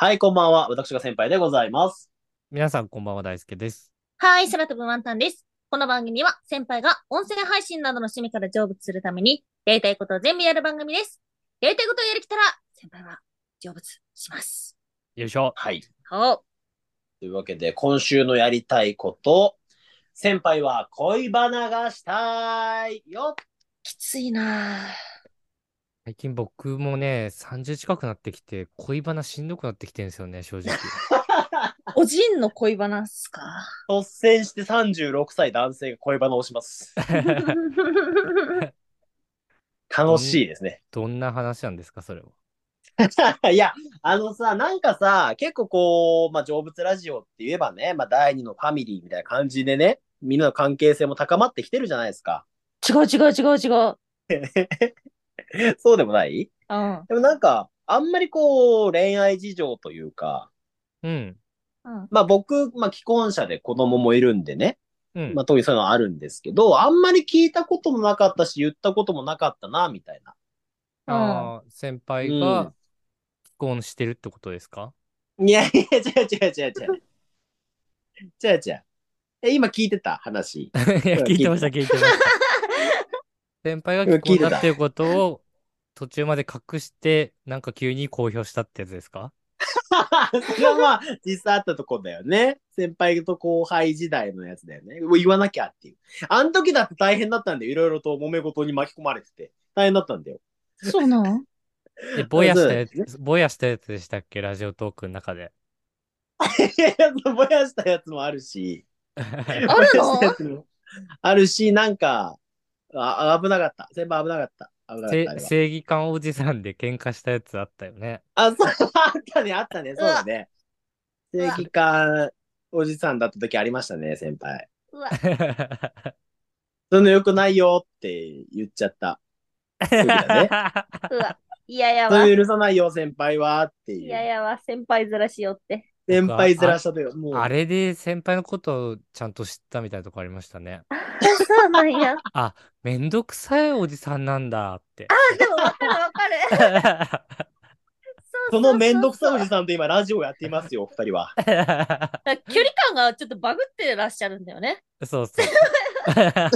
はい、こんばんは。私が先輩でございます。皆さんこんばんは、大輔です。はい、空飛ぶワンタンです。この番組は先輩が音声配信などの趣味から成仏するために、やりたいことを全部やる番組です。やりたいことをやりきたら、先輩は成仏します。よいしょ。はい。ほというわけで、今週のやりたいこと、先輩は恋バナがしたいよ きついなぁ。最近僕もね、30近くなってきて、恋バナしんどくなってきてるんですよね、正 直。おじんの恋バナっす か率先して36歳男性が恋バナをし ます。楽しいですね。 どんな話なんですか、それは。いや、あのさ、なんかさ、結構こう、まあ、成仏ラジオって言えばね、まあ、第二のファミリーみたいな感じでね、みんなの関係性も高まってきてるじゃないですか。違う違う違う違う。 そうでもないうん。でもなんか、あんまりこう、恋愛事情というか、うん。うん。まあ僕、まあ既婚者で子供もいるんでね、うん。まあ特にそういうのはあるんですけど、あんまり聞いたこともなかったし、言ったこともなかったな、みたいな。あー先輩うがん既婚してるってことですかいやいや、違う違う違う違う。違う違う。え、今聞いてた話。 いや、聞いてました、聞いてま した。先輩が既婚だっていうことを途中まで隠して、なんか急に公表したってやつですかそれはまあ、実際あったとこだよね。先輩と後輩時代のやつだよね。もう言わなきゃっていう。あの時だって大変だったんだよ。いろいろと揉め事に巻き込まれてて。大変だったんだよ。そうなんで、ぼやしたやそうでつ、ぼやしたやつでしたっけ、ラジオトークの中で。いやいや、ぼやしたやつもあるし。のぼやしたやつもあるし、なんか、あ危なかった。先輩危なかった。危なかっせたあれは。正義感おじさんで喧嘩したやつあったよね。あ、そう、あったね、あったね、そうだね。う正わ義感おじさんだった時ありましたね、先輩。うわ、その良くないよって言っちゃった。時だね うわ。いややそわ。れい許さないよ、先輩はっていう。ややわ。先輩ずらしよって。先輩ずらしたという。もう、あれで先輩のことをちゃんと知ったみたいなとこありまし たね。そうなんや。あ、めんどくさいおじさんなんだって。 でもわかるわかる。そのめんどくさいおいじさんと今ラジオやっていますよ、二人は。だから距離感がちょっとバグってらっしゃるんだよね。 そうそう。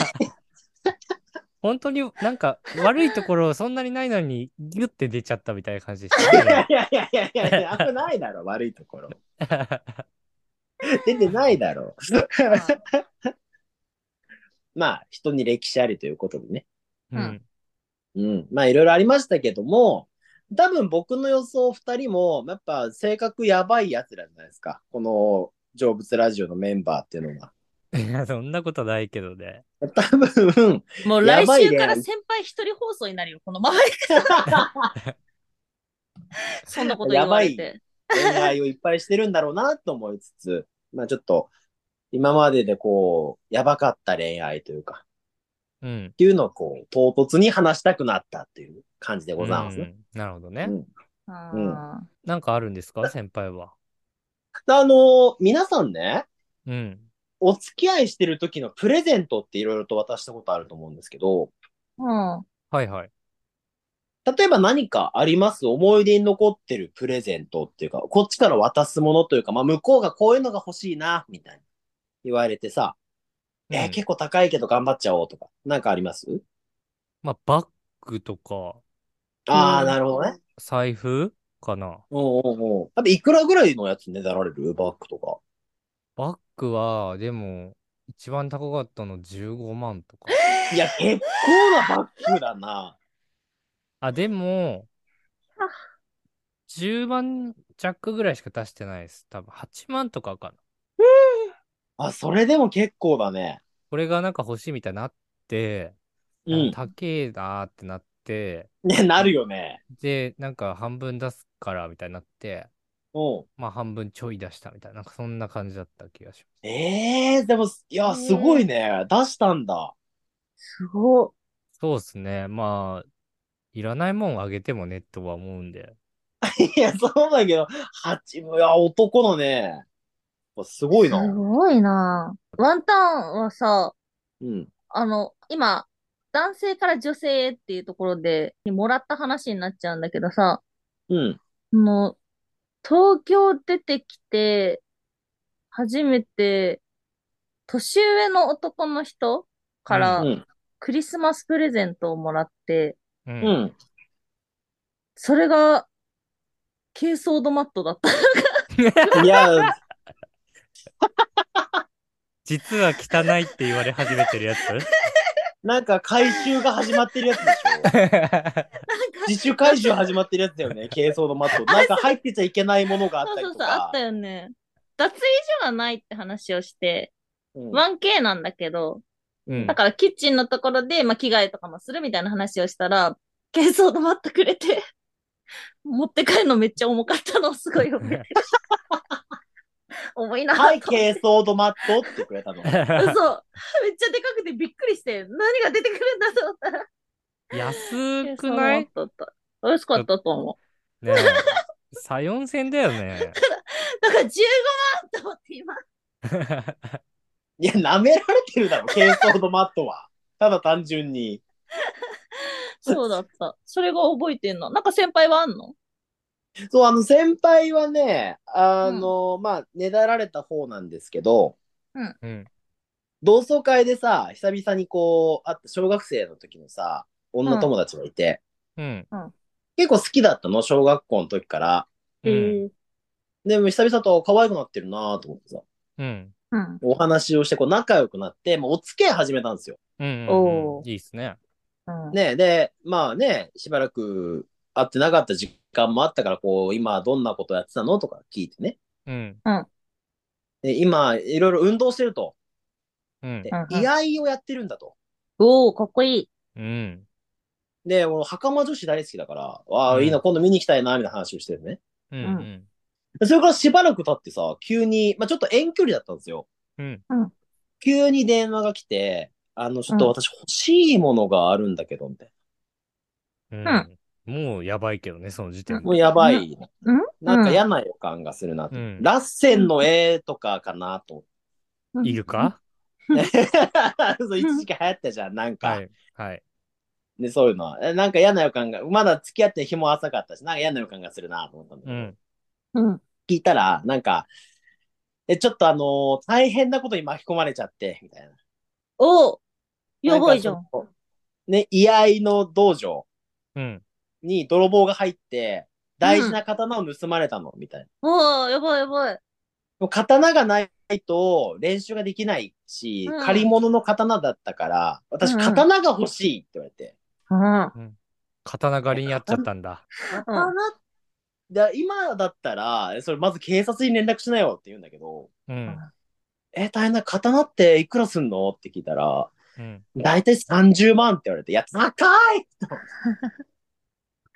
本当になんか悪いところそんなにないのにギュッて出ちゃったみたいな感じでしいた やねいやいやいやいやいや、あんまないだろ、悪いところ。出てないだろ。まあ、人に歴史ありということでね。うん。うん。まあ、いろいろありましたけども、多分僕の予想二人も、やっぱ性格やばい奴らじゃないですか。この、成仏ラジオのメンバーっていうのは。いや、 そんなことないけどね。多分、もうや来ばいね週から先輩一人放送になるよ、この 周り。そんなこと言われやて。恋愛をいっぱいしてるんだろうなと思いつつ、まあちょっと、今まででこう、やばかった恋愛というか、うんっ。ていうのをこう、唐突に話したくなったっていう感じでございますね。うんなるほどうね。んあーなんかあるんですか先輩は。あのー皆さんね、うん。お付き合いしてる時のプレゼントっていろいろと渡したことあると思うんですけど、うん。はいはい。例えば何かあります思い出に残ってるプレゼントっていうか、こっちから渡すものというか、まあ向こうがこういうのが欲しいな、みたいな言われてさ、えうーん結構高いけど頑張っちゃおうとか、なんかありますまあ、バッグとか、ああ、うんなるほどね。財布かな。おうおうおう。あと、いくらぐらいのやつねだられるバッグとか。バッグは、でも、一番高かったの15万とか。いや、結構なバッグだな。あ、でもあ、 10万弱ぐらいしか出してないです。多分8万とかかな。あ、それでも結構だね。これがなんか欲しいみたいになって、うなんん。か高えなーってなって、ね、なるよね。で、なんか半分出すからみたいになって、うん。まあ半分ちょい出したみたいな、なんかそんな感じだった気がします。ええー、でも、いや、すごいね。出したんだ。 すごい。そうですね。まあ、いらないもんあげてもねとは思うんで。いや、そうだけど、八、いや、男のね、すごいな。すごいな。ワンタンはさ、うん。あの、今、男性から女性へっていうところで、もらった話になっちゃうんだけどさ、うん。もう、東京出てきて、初めて、年上の男の人かうらん。クリスマスプレゼントをもらって、う。うんん。それが、軽装ドマットだった。いや、 実は汚いって言われ始めてるやつなんか回収が始まってるやつでし ょ自主回収始まってるやつだよね、軽装のマット。なんか入ってちゃいけないものがあっそうたりそうとそう、あっかた。よね。脱衣所がないって話をして、うん 1K なんだけど、うんだからキッチンのところで、まあ、着替えとかもするみたいな話をしたら、軽装止まってくれて、持って帰るのめっちゃ重かったのをすごい覚 えてる。重いなぁとはい、思って軽装のマットってくれたの。そう。めっちゃでかくてびっくりして、何が出てくるんだと思ったら。 安くな軽い装のマットだった美味しかったと思う。ねえ。サヨン戦だよね。 だから15万と思って今。いや、舐められてるだろ、軽装のマットは。ただ単純に。そうだった。それが覚えてんの。なんか先輩はあんのそう、あの、先輩はね、あの、まあ、ねだられた方なんですけど、うん。同窓会でさ、久々にこう、あった小学生の時のさ、女友達がいて、うん。結構好きだったの、小学校の時から。うん。え。でも久々と可愛くなってるなと思ってさ、うん。うん。お話をして、こう、仲良くなって、もうお付き合い始めたんですよ。うん。おうんいいっすね。うん。ねで、まあね、しばらく会ってなかった時間もあったから、こう、今どんなことやってたのとか聞いてね。うん。で、今、いろいろ運動してると。うんでうんうん居合をやってるんだと。おー、かっこいい。うん。で、俺、袴女子大好きだから、わあ、うんいいな、今度見に行きたいな、みたいな話をしてるね。うん。うん。でそれからしばらく経ってさ、急に、まあちょっと遠距離だったんですよ。うん。急に電話が来て、あの、ちょっと私欲しいものがあるんだけど、みたいうん。もうやばいけどね、その時点な。もうで。やばい。うんなんか嫌な予感がするなと。うんラッセンの絵とかかなと思っているかそう一時期流行ったじゃん、なんか。はい。はい。で、そういうのは。えなんか嫌な予感が、まだ付き合ってる日も浅かったし、なんか嫌な予感がするなと思ったんだけうど、ん。うん。聞いたら、なんか、え、ちょっとあのー大変なことに巻き込まれちゃって、みたいな。おやばいじゃなんん。かその。ね、居合の道場うん。に泥棒が入って、大事な刀を盗まれたの、みたいな。おー、やばいやばい。もう刀がないと練習ができないし、うん借り物の刀だったから、私、うんうん刀が欲しいって言われて。うん。刀狩りにやっちゃったんだ。刀だ今だったら、えそれまず警察に連絡しなよって言うんだけど、うん。え、大変だ、刀っていくらすんのって聞いたら、うん。だいたい30万って言われて、いや、高い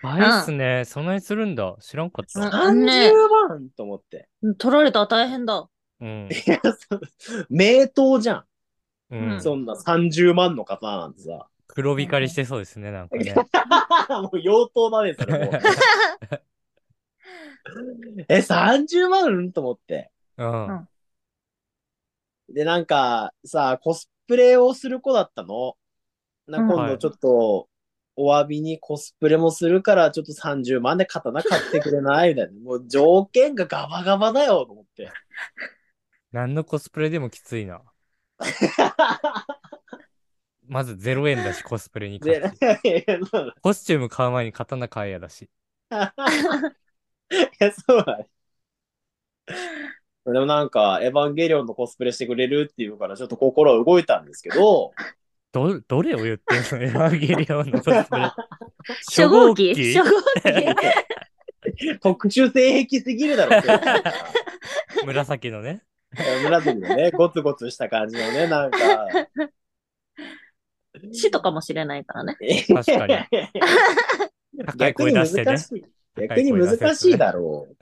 あれっすね。そんなにするんだ。知らんかっうんた。 !30 ね万と思って。取られたら大変だ。うん。いや、そう名刀じゃうんんん。。そんな30万の刀なんて さ。黒光りしてそうですね、なんかね。もう妖刀だね、それもう。え、30万と思って。うん。で、なんか、さ、コスプレをする子だったの。なうん今度ちょっと、お詫びにコスプレもするから、ちょっと30万で刀買ってくれないみたいな。もう条件がガバガバだよ、と思って。何のコスプレでもきついな。まず0円だし、コスプレに買でって、コスチューム買う前に刀買えやだし。いや、そうだね。でもなんか、エヴァンゲリオンのコスプレしてくれるっていうから、ちょっと心は動いたんですけ ど、ど、どれを言ってんのエヴァンゲリオンのコスプレ。 初号機初初号機特殊性癖すぎるだろ、今日号機紫のね。紫の ね、ゴツゴツした感じのね、なんか。死とかもしれないからね。確かに。高い逆声に出難してね。しい。逆に難しいだろう。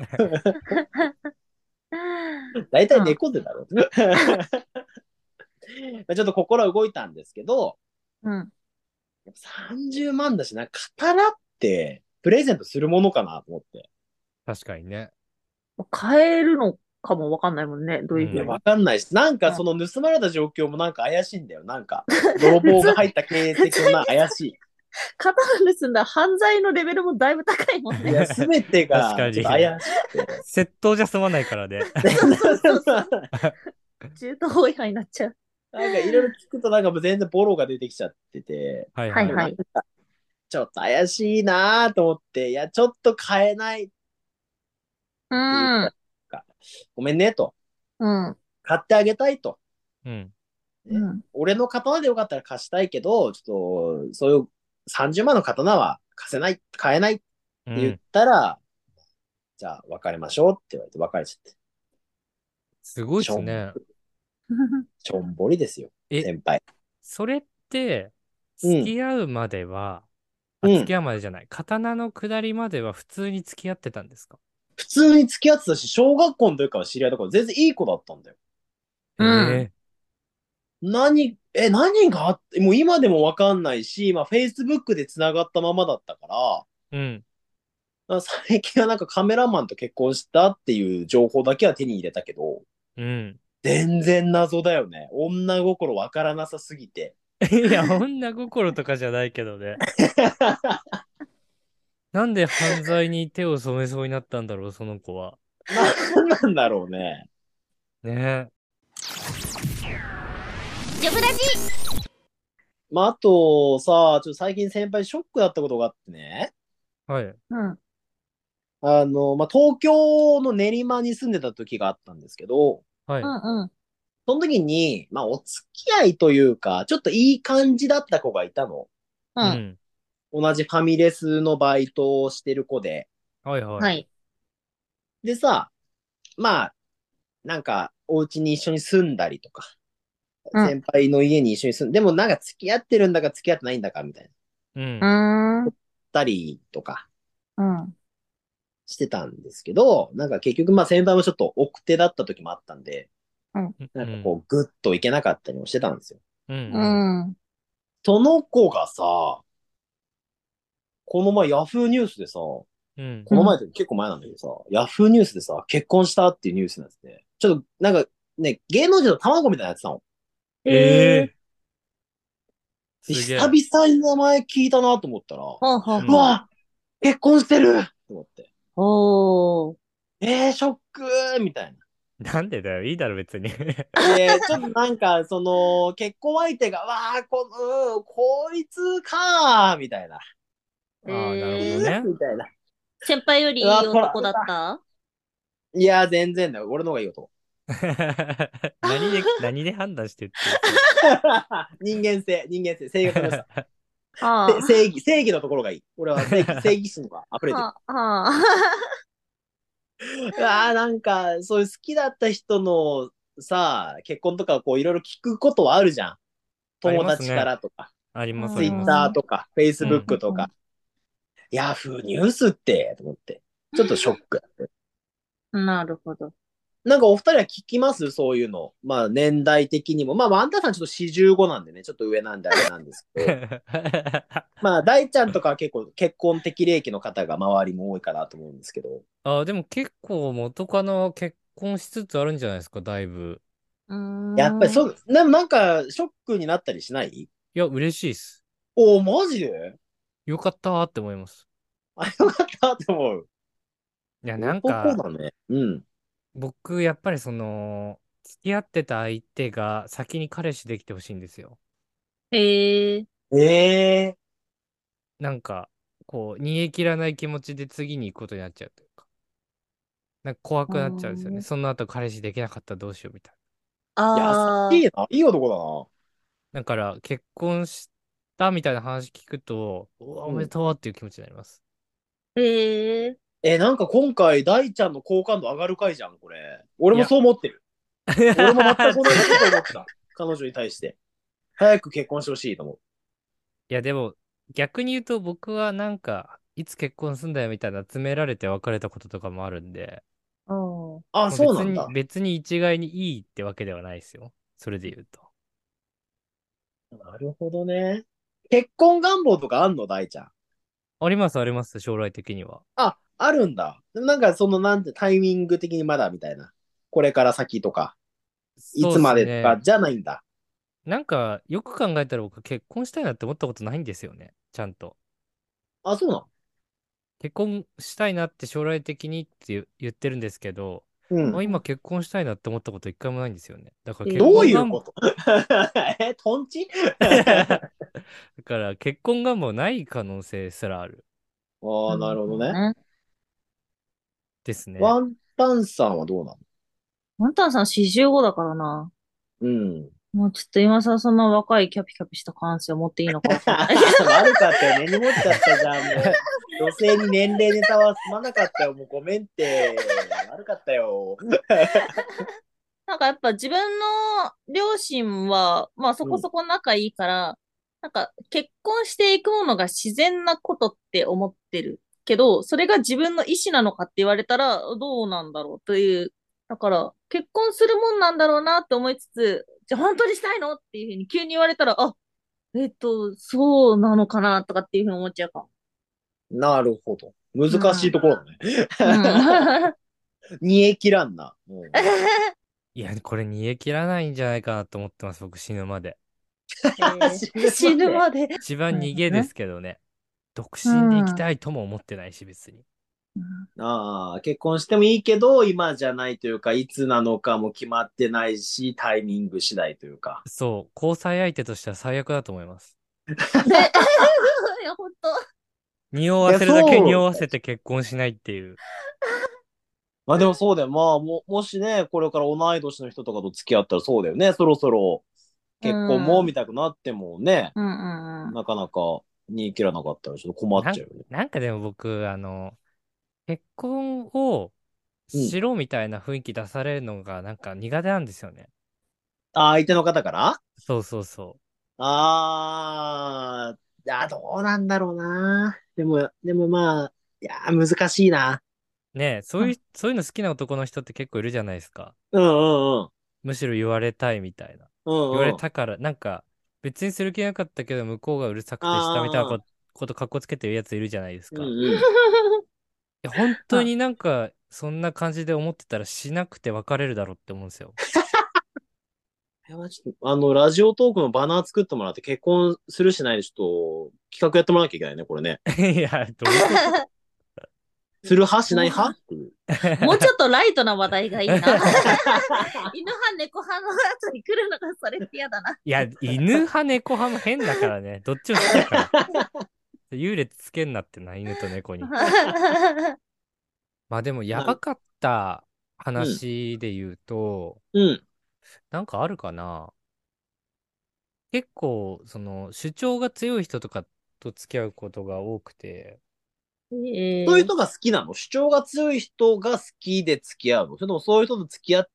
大体猫背だろう。 ちょっと心は動いたんですけど、うん。やっぱ30万だしな、刀ってプレゼントするものかなと思って。確かにね。変えるのかもわかんないもんね。どういういふや、うにわ。かんないし、なんかその盗まれた状況もなんか怪しいんだよ。なんか、泥棒が入った形跡もな怪しい。刀盗んだ犯罪のレベルもだいぶ高い もんいね。や、すべてが確ちかょにっと怪しくて。窃盗じゃ済まないからね。中途法違反になっちゃう。なんかいろいろ聞くとなんかもう全然ボロが出てきちゃってて、はいはいはい。ちょっと怪しいなぁと思って、いや、ちょっと買えないってういうかなんん。かごめんねと。うん。買ってあげたいと。うん。うん。俺の刀でよかったら貸したいけど、ちょっと、そういう30万の刀は貸せない、買えないってう言っん、たら、じゃあ別れましょうって言われて別れちゃって。すごいですね。ちょんぼりですよ、え先輩。それって、うん付き合うまでは、あうん付き合うまでじゃない。刀の下りまでは普通に付き合ってたんですか普通に付き合ってたし、小学校の時から知り合いだから全然いい子だったんだよ。うんえ何、え、何があって、もう今でもわかんないし、まあ Facebook で繋がったままだったから、えうん。まあ最近はなんかカメラマンと結婚したっていう情報だけは手に入れたけど、 うん。全然謎だよね。女心わからなさすぎて。いや、女心とかじゃないけ どね。なんで犯罪に手を染めそうになったんだろう、その子は。何なんだろうね。ねジョブラジまあ、あとさ、ちょっと最近先輩ショックだったことがあってね。え。はい。うん。あの、まあ、東京の練馬に住んでた時があったんですけど、はい。うんうん。その時に、まあ、お付き合いというか、ちょっといい感じだった子がいたの。う。うんん同じファミレスのバイトをしてる子で。はいはい。はい。でさ、まあ、なんか、お家に一緒に住んだりとか、うん先輩の家に一緒に住んで、でもなんか付き合ってるんだか付き合ってないんだかみたいな、うんう。ん。たりとかうん。してたんですけど、なんか結局まあ先輩もちょっと奥手だった時もあったんで、なんかこうグッといけなかったりもしてたんですよ。うん。うん。うん。うん。その子がさ、この前ヤフーニュースでさ、こうん。の前って結構前なんだけどさ、ヤフーニュースでさ、結婚したっていうニュースなんですね。ちょっとなんかね、芸能人の卵みたいなやつなの。ええ。ですげえ久々に名前聞いたなと思ったら、ほうほううんうわ結婚してると思って。ほう。えー、ショックーみたいなんでだよ。いいだろ、別に。な。で、ちょっとなんか、その、結婚相手が、わー、この、うんこいつかーみたいな。ああ、なえーるほどね。みたいな。先輩よりいい男だったいやー、全然だよ。俺の方がいい男。 何で、何で判断してって。 人間性、人間性、性格の良 さ。あせ正義、正義のところがいい。俺は 正義、正義心が溢れてる。あ。ああ。うわあ、なんか、そういう好きだった人のさ、結婚とかこういろいろ聞くことはあるじゃん。友達からとか、ありますツイね。ッんターとか、フェイスブックとか、ヤフーニュースって、と思って。ちょっとショック。 なるほど。なんかお二人は聞きますそういうの。まあ年代的にも。まあ、ワンダさんちょっと四十五なんでね、ちょっと上なんであれなんですけど。まあ、大ちゃんとかは結構結婚適齢期の方が周りも多いかなと思うんですけど。 ああ、でも結構元カノは結婚しつつあるんじゃないですか、だいぶ。やっぱりそうう、ななんかショックになったりしないいや、嬉しいっす。おお、マジでよかったーって思います。あ、よかったって思う。いや、なん男か、だね。うん。僕、やっぱりその、付き合ってた相手が先に彼氏できてほしいんですよ。ん。へえ。ええなんか、こう、煮え切らない気持ちで次に行くことになっちゃうというか。なんか怖くなっちゃうんですようね。んその後彼氏できなかったらどうしようみたいああ。優しいな。いい男な。だから、結婚したみたいな話聞くと、うわ、おめでとうっていう気持ちになります。へだえ。な。え、なんか今回、大ちゃんの好感度上がる回じゃん、これ。俺もそう思ってる。 俺も全く同じこと思った。 彼女に対して。早く結婚してほしいと思う。いや、でも、逆に言うと僕はなんか、いつ結婚すんだよみたいな詰められて別れたこととかもあるんで、うん。あ、まあそうなんだ別に、。別に一概にいいってわけではないですよ。それで言うと。なるほどね。結婚願望とかあんの大ちゃん。あります、あります、将来的には。あ、あるんだ。でもなんかその、なんて、タイミング的にまだみたいな。これから先とか、いそうっつすまでとかね。じゃないんだ。なんか、よく考えたら僕結婚したいなって思ったことないんですよね。ちゃんと。あ、そうな結婚したいなって将来的にって言う言ってるんですけど、のう。もうん今結婚したいなって思ったこと一回もないんですよね。だからえ結どう婚いう願望こと え、とんちあだから結婚願望ない可能性すらあるあ、なるほどね。ね。ですね。ワンタンさんはどうなのワンタンさん45だからな。 うん。もうちょっと今さ、そんな若いキャピキャピした感性を持っていいのかわかんない。悪かったよ、根に持っちゃったじゃん、もう。女性に年齢ネタはすまなかったよ、もうごめんって。悪かったよ。なんかやっぱ自分の両親は、まあそこそこ仲いいから、なんか結婚していくものが自然なことって思ってるけど、それが自分の意思なのかって言われたらどうなんだろうという。だから結婚するもんなんだろうなって思いつつ、じゃあ本当にしたいのっていうふうに急に言われたら、あ、えっと、そうなのかなとかっていうふうに思っちゃうかも。なるほど。難しいところだね。うん煮え切らんな。もういや、これ煮え切らないんじゃないかなと思ってます、僕死ぬまで。 死ぬまで。一番なるほどね逃げですけどね。独身で生きたいとも思ってないし、別に。ああ、結婚してもいいけど、今じゃないというか、いつなのかも決まってないし、タイミング次第というか。そう、交際相手としては最悪だと思います。ねいや、本当。匂わせるだいやけそう匂わせて結婚しないっていう。まあでもそうだよ。まあ、も、もしね、これから同い年の人とかと付き合ったらそうだよね。そろそろ結婚もうん見たくなってもね、うんうんうん。 なかなか煮え切らなかったらちょっと困っちゃうよね。なんかでも僕、あの、結婚をしろみたいな雰囲気出されるのがなんか苦手なんですよね。あ、相手の方からそうそうそあーあ、どうなんだろうな。でも、でもまあ、いやー、難しいな。う。ねえそういう、そういうの好きな男の人って結構いるじゃないですか。うんうんうん。むしろ言われたいみたいな。うん言うんわれたから、なんか別にする気なかったけど向こうがうるさくてしたみたいなこあーことかっこつけてるやついるじゃないですうんか。ういん。や本当になんかそんな感じで思ってたらしなくて別れるだろうって思うんで すよ。これはちょっと、あの、ラジオトークのバナー作ってもらって、結婚するしないでちょっと、企画やってもらわなきゃいけないね、これね。いや、どういうこする派しない派っていう。ともうちょっとライトな話題がいい な。犬派、猫派の後に来るのがそれって嫌だな。いや、犬派、猫派も変だからね。どっちも好きだから。優劣つけんなってな、犬と 猫に。まあでも、やばかった話で言うと、うん。なんかあるかな結構、その、主張が強い人とかと付き合うことが多くて、えそういう人が好きなの主張が強い人が好きで付き合うのそれともそういう人と付き合っ、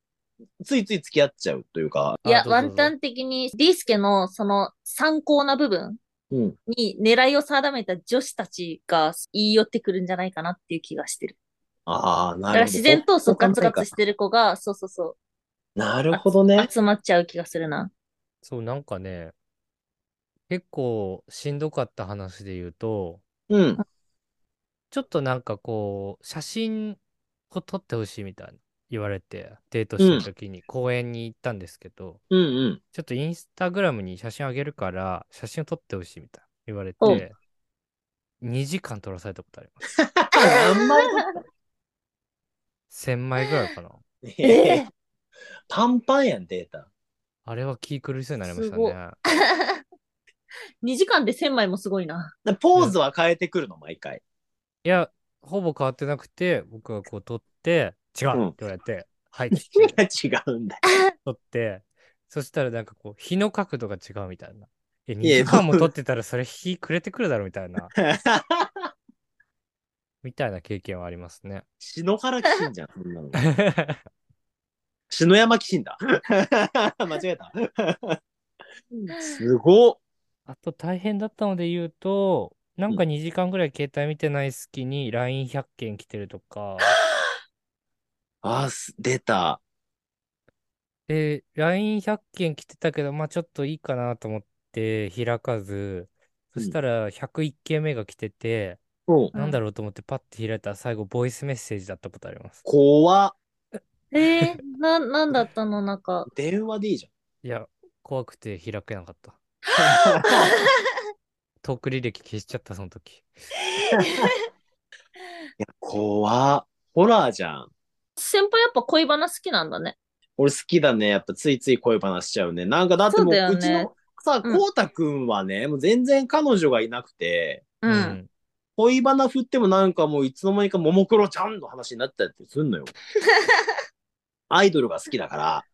ついつい付き合っちゃうというか。いやあ、どうぞワンタン的に、ディスケのその参考な部分うん。に狙いを定めた女子たちが言い寄ってくるんじゃないかなっていう気がしてる。ああ、なるほど。。だから自然とそうガツガツしててる子が、そうそうそなるほどねう、。集まっちゃう気がするな。そう、なんかね、結構しんどかった話で言うと、うん。ちょっとなんかこう、写真を撮ってほしいみたいな言われて、デートした時に公園に行ったんですけど、うんうん。ちょっとインスタグラムに写真あげるから、写真を撮ってほしいみたいな言われおて、2時間撮らされたことあります。何枚 だ1000枚ぐらいかな。えパンパンやん、データ。あれは気狂いそうになりましたすごいね。 2時間で1000枚もすごいな。でポーズは変えてくるの、毎回。いや、ほぼ変わってなくて、僕がこう撮って、違ううんって言われて、はいって言って何が 違うんだよ。 撮って、 そしたらなんかこう、日の角度が違うみたいな。え、2いや時間も撮ってたらそれ日暮れてくるだろみたいな。みたいな経験はありますね。 篠原騎士じゃん、そんなの。篠山騎 士だ。間違えた。すごっ。あと大変だったので言うと、なんか2時間ぐらい携帯見てない隙に LINE100 件来てるとか、あ、す出た。で、LINE100 件来てたけど、まあちょっといいかなと思って開かず、そしたら101件目が来てて、うん。なんだろうと思ってパッて開いたら最後ボイスメッセージだったことあります。怖っ えー、な、なんだったのな んか。電話でいいじ いや、怖くて開けなかった。ゃん。トーク履歴消しちゃった、その時。や、怖っホラーじゃん。先輩やっぱ恋バナ好きなんだね。俺好きだね。やっぱついつい恋話しちゃうね。なんかだってもう、そうだようねちのさ、うんこうたくんはね、もう全然彼女がいなくて、うん。恋バナ振ってもなんかもういつの間にかももクロちゃんの話になったりす んのよ。アイドルが好きだから。あ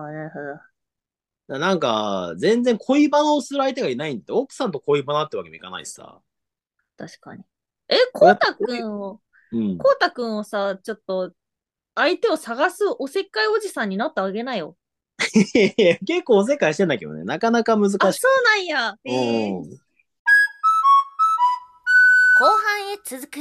あ、なるほど。だなんか、全然恋バナをする相手がいないんで、奥さんと恋バナってわけにもいかないしさ。確かに。え、こうたくんを、 うん。こうたくんをさ、ちょっと、相手を探すおせっかいおじさんになってあげなよ。結構おせっかいしてんだけどね、なかなか難しあ、い。そうなんや。えーうん後半へ続く